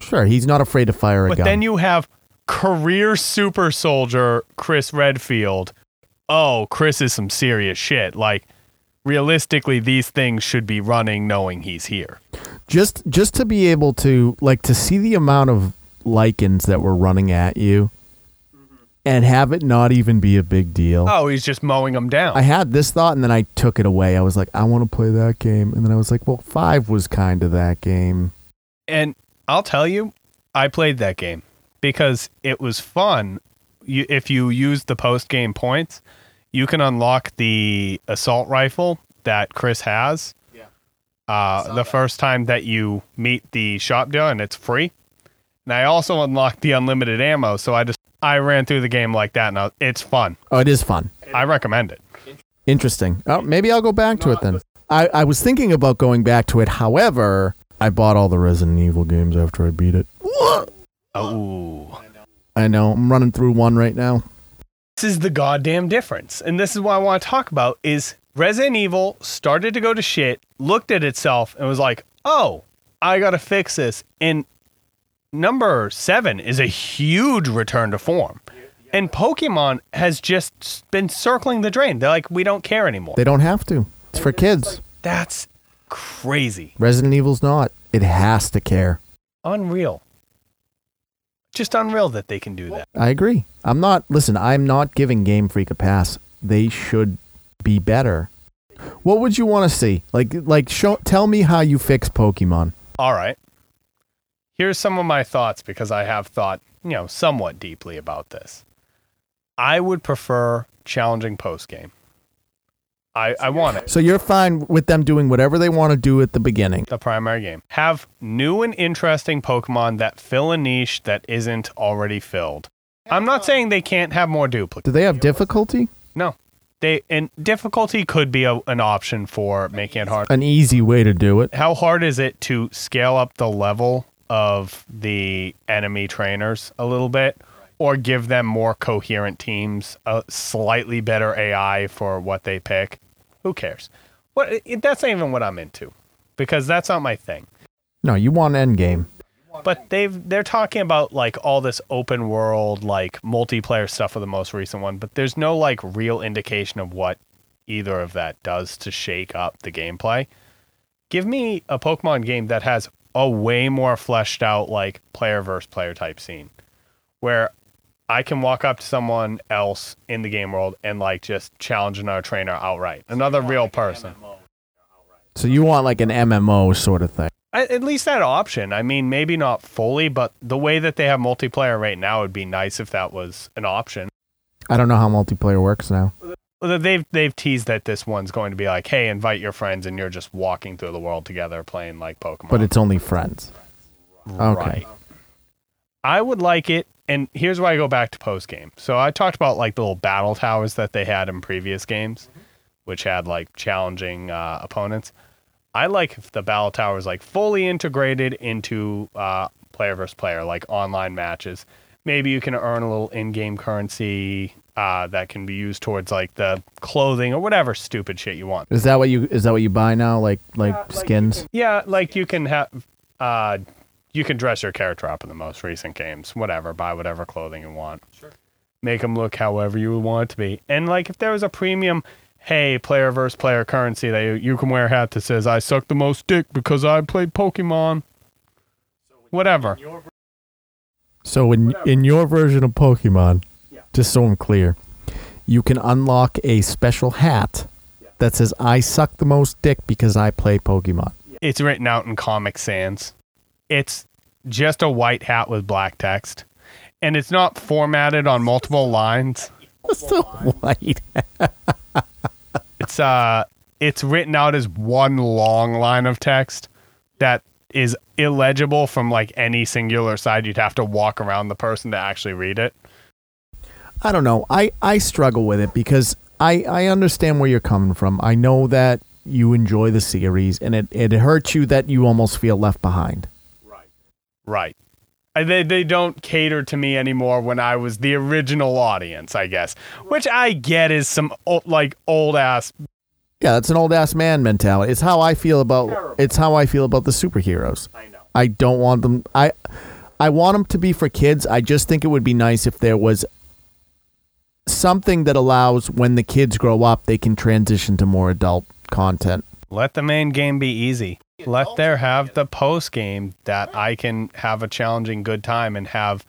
Speaker 2: Sure, he's not afraid to fire a
Speaker 1: But
Speaker 2: gun.
Speaker 1: then you have career super soldier Chris Redfield. Oh, Chris is some serious shit. Like, realistically, these things should be running knowing he's here.
Speaker 2: just just to be able to like to see the amount of lichens that were running at you and have it not even be a big deal.
Speaker 1: Oh, he's just mowing them down.
Speaker 2: I had this thought and then I took it away. I was like, I want to play that game. And then I was like, well, five was kind of that game.
Speaker 1: and I'll tell you, I played that game because it was fun. You, if you use the post game points, you can unlock the assault rifle that Chris has. Uh, the first time that you meet the shop dealer, and it's free. And I also unlocked the unlimited ammo, so I just I ran through the game like that. Now it's fun.
Speaker 2: Oh, it is fun.
Speaker 1: I recommend it.
Speaker 2: Interesting. Oh, maybe I'll go back to it then. I, I was thinking about going back to it. However, I bought all the Resident Evil games after I beat it.
Speaker 1: Oh,
Speaker 2: I know. I'm running through one right now.
Speaker 1: this is the goddamn difference and this is what i want to talk about is resident evil started to go to shit looked at itself and was like oh i gotta fix this and number seven is a huge return to form and pokemon has just been circling the drain they're like we don't care anymore
Speaker 2: They don't have to. It's for kids.
Speaker 1: that's crazy
Speaker 2: Resident Evil's not. It has to care.
Speaker 1: unreal just unreal that they can do that
Speaker 2: I agree. I'm not. Listen, I'm not giving Game Freak a pass. They should be better. What would you want to see? Like, like, show. Tell me how you fix Pokemon.
Speaker 1: All right. Here's some of my thoughts because I have thought, you know, somewhat deeply about this. I would prefer challenging post game. I, I want it.
Speaker 2: So you're fine with them doing whatever they want to do at the beginning.
Speaker 1: The primary game. Have new and interesting Pokemon that fill a niche that isn't already filled. I'm not saying they can't have more duplicates.
Speaker 2: Do they have difficulty?
Speaker 1: No. They and difficulty could be a, an option for making it hard.
Speaker 2: An easy way to do it.
Speaker 1: How hard is it to scale up the level of the enemy trainers a little bit or give them more coherent teams, a slightly better AI for what they pick? Who cares? What it, that's not even what I'm into because that's not my thing.
Speaker 2: No, you want end game.
Speaker 1: But they've they're talking about like all this open world like multiplayer stuff for the most recent one, but there's no like real indication of what either of that does to shake up the gameplay. Give me a Pokemon game that has a way more fleshed out like player versus player type scene where I can walk up to someone else in the game world and like just challenge another trainer outright. Another real person.
Speaker 2: So you want like an MMO sort of thing.
Speaker 1: I, at least that option. I mean, maybe not fully, but the way that they have multiplayer right now would be nice if that was an option.
Speaker 2: I don't know how multiplayer works now.
Speaker 1: Although They've they've teased that this one's going to be like, hey, invite your friends, and you're just walking through the world together playing like Pokemon.
Speaker 2: But it's only friends. okay.
Speaker 1: I would like it, and here's why I go back to post game. So I talked about like the little battle towers that they had in previous games, which had like challenging uh, opponents. I like if the battle tower is like fully integrated into uh, player versus player, like online matches. Maybe you can earn a little in-game currency uh, that can be used towards like the clothing or whatever stupid shit you want.
Speaker 2: Is that what you is that what you buy now? Like like skins?
Speaker 1: Yeah, like you can have, uh, you can dress your character up in the most recent games, whatever. Buy whatever clothing you want. Sure. Make them look however you want it to be. And like if there was a premium, hey, player versus player currency that you, you can wear a hat that says I suck the most dick because I played Pokemon. Whatever.
Speaker 2: So in in your version of Pokemon, just so I'm clear, you can unlock a special hat that says I suck the most dick because I play Pokemon. *laughs*
Speaker 1: It's written out in Comic Sans. It's just a white hat with black text, and it's not formatted on multiple lines.
Speaker 2: That's so white.
Speaker 1: It's uh it's written out as one long line of text that is illegible from like any singular side. You'd have to walk around the person to actually read it.
Speaker 2: I don't know. I, I struggle with it because I, I understand where you're coming from. I know that you enjoy the series and it, it hurts you that you almost feel left behind.
Speaker 1: Right. I, they they don't cater to me anymore when I was the original audience, I guess. Which I get is some old, like old ass
Speaker 2: Yeah, that's an old ass man mentality. It's how I feel about it's how I feel about the superheroes. I know. I don't want them I I want them to be for kids. I just think it would be nice if there was something that allows when the kids grow up they can transition to more adult content.
Speaker 1: Let the main game be easy. Let there have the post game that I can have a challenging good time and have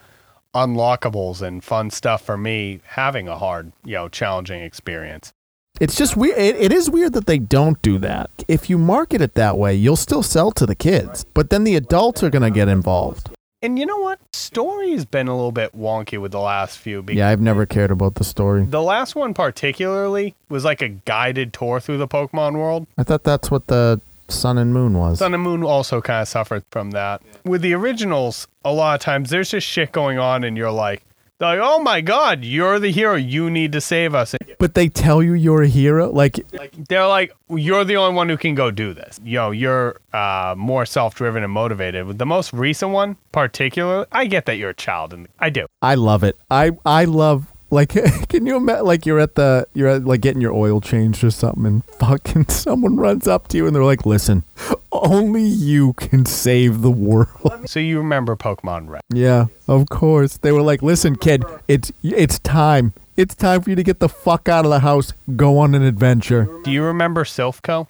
Speaker 1: unlockables and fun stuff for me having a hard, you know, challenging experience.
Speaker 2: It's just weird. It, it is weird that they don't do that. If you market it that way, you'll still sell to the kids, but then the adults are going to get involved.
Speaker 1: And you know what? Story's been a little bit wonky with the last few because
Speaker 2: Yeah, I've never cared about the story.
Speaker 1: the last one particularly was like a guided tour through the Pokemon world.
Speaker 2: I thought that's what the sun and moon was.
Speaker 1: Sun and Moon also kind of suffered from that. With the originals, a lot of times there's just shit going on, and you're like, they're like, oh my god, you're the hero. You need to save us. And
Speaker 2: But they tell you you're a hero. Like,
Speaker 1: they're like, you're the only one who can go do this. You know, you're uh, more self driven and motivated. With the most recent one, particularly, I get that you're a child, and I do.
Speaker 2: I love it. I I love like *laughs* can you imagine like you're at the you're at, like getting your oil changed or something and fucking *laughs* someone runs up to you and they're like, "Listen, only you can save the world." *laughs*
Speaker 1: So you remember Pokemon Red.
Speaker 2: Yeah, of course. They were like, "Listen, kid, it's it's time. It's time for you to get the fuck out of the house, go on an adventure."
Speaker 1: Do you remember Silphco?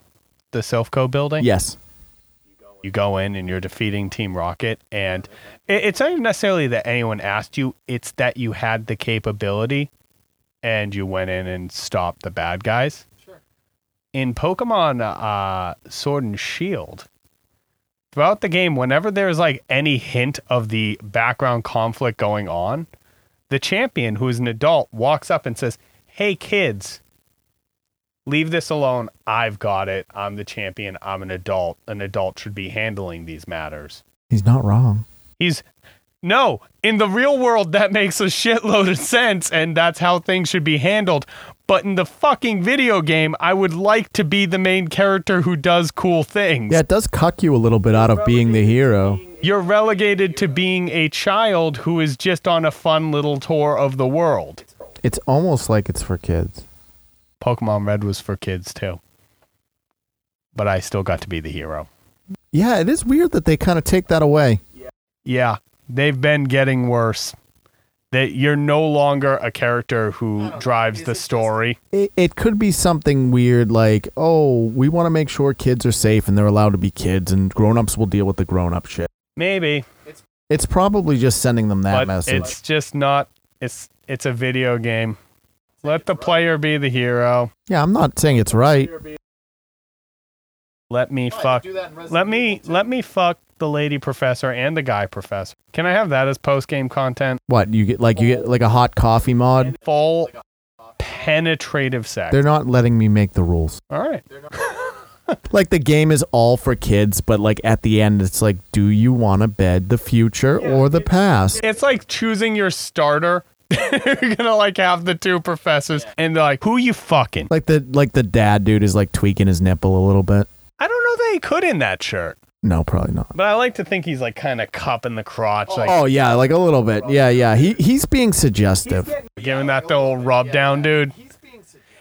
Speaker 1: The Silphco building?
Speaker 2: Yes.
Speaker 1: you go in and you're defeating Team Rocket, and it, it's not even necessarily that anyone asked you; it's that you had the capability, and you went in and stopped the bad guys. In Pokemon uh, Sword and Shield, throughout the game, whenever there's like any hint of the background conflict going on, the champion, who is an adult, walks up and says, "Hey, kids." leave this alone. I've got it. I'm the champion. I'm an adult. An adult should be handling these matters.
Speaker 2: He's not wrong.
Speaker 1: He's no, in the real world, that makes a shitload of sense, and that's how things should be handled. But in the fucking video game, I would like to be the main character who does cool things.
Speaker 2: Yeah, it does cuck you a little bit out of being the hero.
Speaker 1: You're relegated to being a child who is just on a fun little tour of the world.
Speaker 2: It's almost like it's for kids.
Speaker 1: Pokemon Red was for kids too. But I still got to be the hero.
Speaker 2: Yeah, it is weird that they kind of take that away.
Speaker 1: Yeah, they've been getting worse. That you're no longer a character who drives the story.
Speaker 2: It, it could be something weird like, oh, we want to make sure kids are safe and they're allowed to be kids, and grown ups will deal with the grown up shit.
Speaker 1: Maybe,
Speaker 2: It's probably just sending them that
Speaker 1: but
Speaker 2: message.
Speaker 1: it's just not. It's it's a video game. Let the player be the hero.
Speaker 2: yeah, I'm not saying it's right.
Speaker 1: Let me fuck. Let me let me fuck the lady professor and the guy professor. Can I have that as post game content?
Speaker 2: What you get like you get like a hot coffee mod.
Speaker 1: Full penetrative sex.
Speaker 2: They're not letting me make the rules.
Speaker 1: All right.
Speaker 2: Like the game is all for kids, but like at the end, it's like, do you want to bed the future or the past?
Speaker 1: It's like choosing your starter. *laughs* You're gonna like have the two professors and they're like, who you fucking?
Speaker 2: Like the like the dad dude is like tweaking his nipple a little bit.
Speaker 1: I don't know that he could in that shirt,
Speaker 2: No, probably not.
Speaker 1: but I like to think he's like kind of cupping the crotch, like
Speaker 2: Oh yeah, like a little bit. Yeah, yeah. He he's being suggestive.
Speaker 1: giving that the old rub down, dude.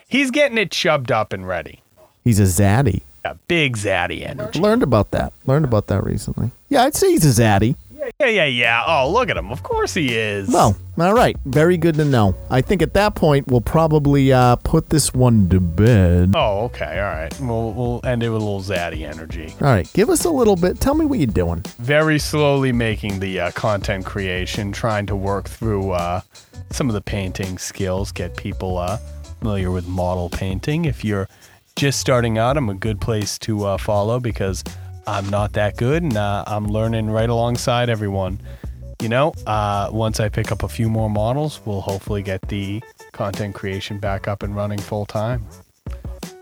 Speaker 1: He's getting it chubbed up and ready.
Speaker 2: He's a zaddy.
Speaker 1: Yeah, big zaddy energy.
Speaker 2: Learned about that. Learned about that recently. Yeah, I'd say he's a zaddy.
Speaker 1: Yeah, yeah, yeah. Oh, look at him. Of course he is.
Speaker 2: Well, all right. Very good to know. I think at that point we'll probably uh, put this one to bed.
Speaker 1: Oh, okay. All right. We'll, we'll end it with a little zaddy energy.
Speaker 2: All right, give us a little bit. Tell me what you're doing.
Speaker 1: Very slowly making the uh, content creation, trying to work through uh, some of the painting skills, get people uh, familiar with model painting. If you're just starting out, I'm a good place to uh, follow because I'm not that good and uh, I'm learning right alongside everyone. You know, uh, once I pick up a few more models, we'll hopefully get the content creation back up and running full time.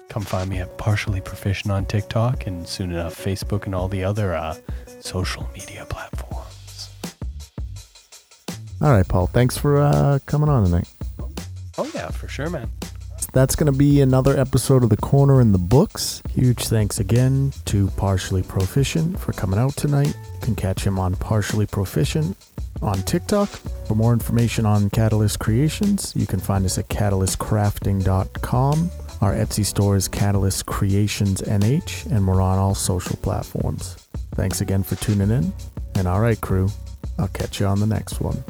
Speaker 1: Come find me at Partially Proficient on TikTok and soon enough Facebook and all the other uh, social media platforms.
Speaker 2: All right, Paul. Thanks for uh, coming on tonight.
Speaker 1: Oh, yeah, for sure, man.
Speaker 2: That's going to be another episode of The Corner in the Books. Huge thanks again to Partially Proficient for coming out tonight. You can catch him on Partially Proficient on TikTok. For more information on Catalyst Creations, you can find us at catalystcrafting.com. Our Etsy store is Catalyst Creations NH, and we're on all social platforms. Thanks again for tuning in. And all right, crew, I'll catch you on the next one.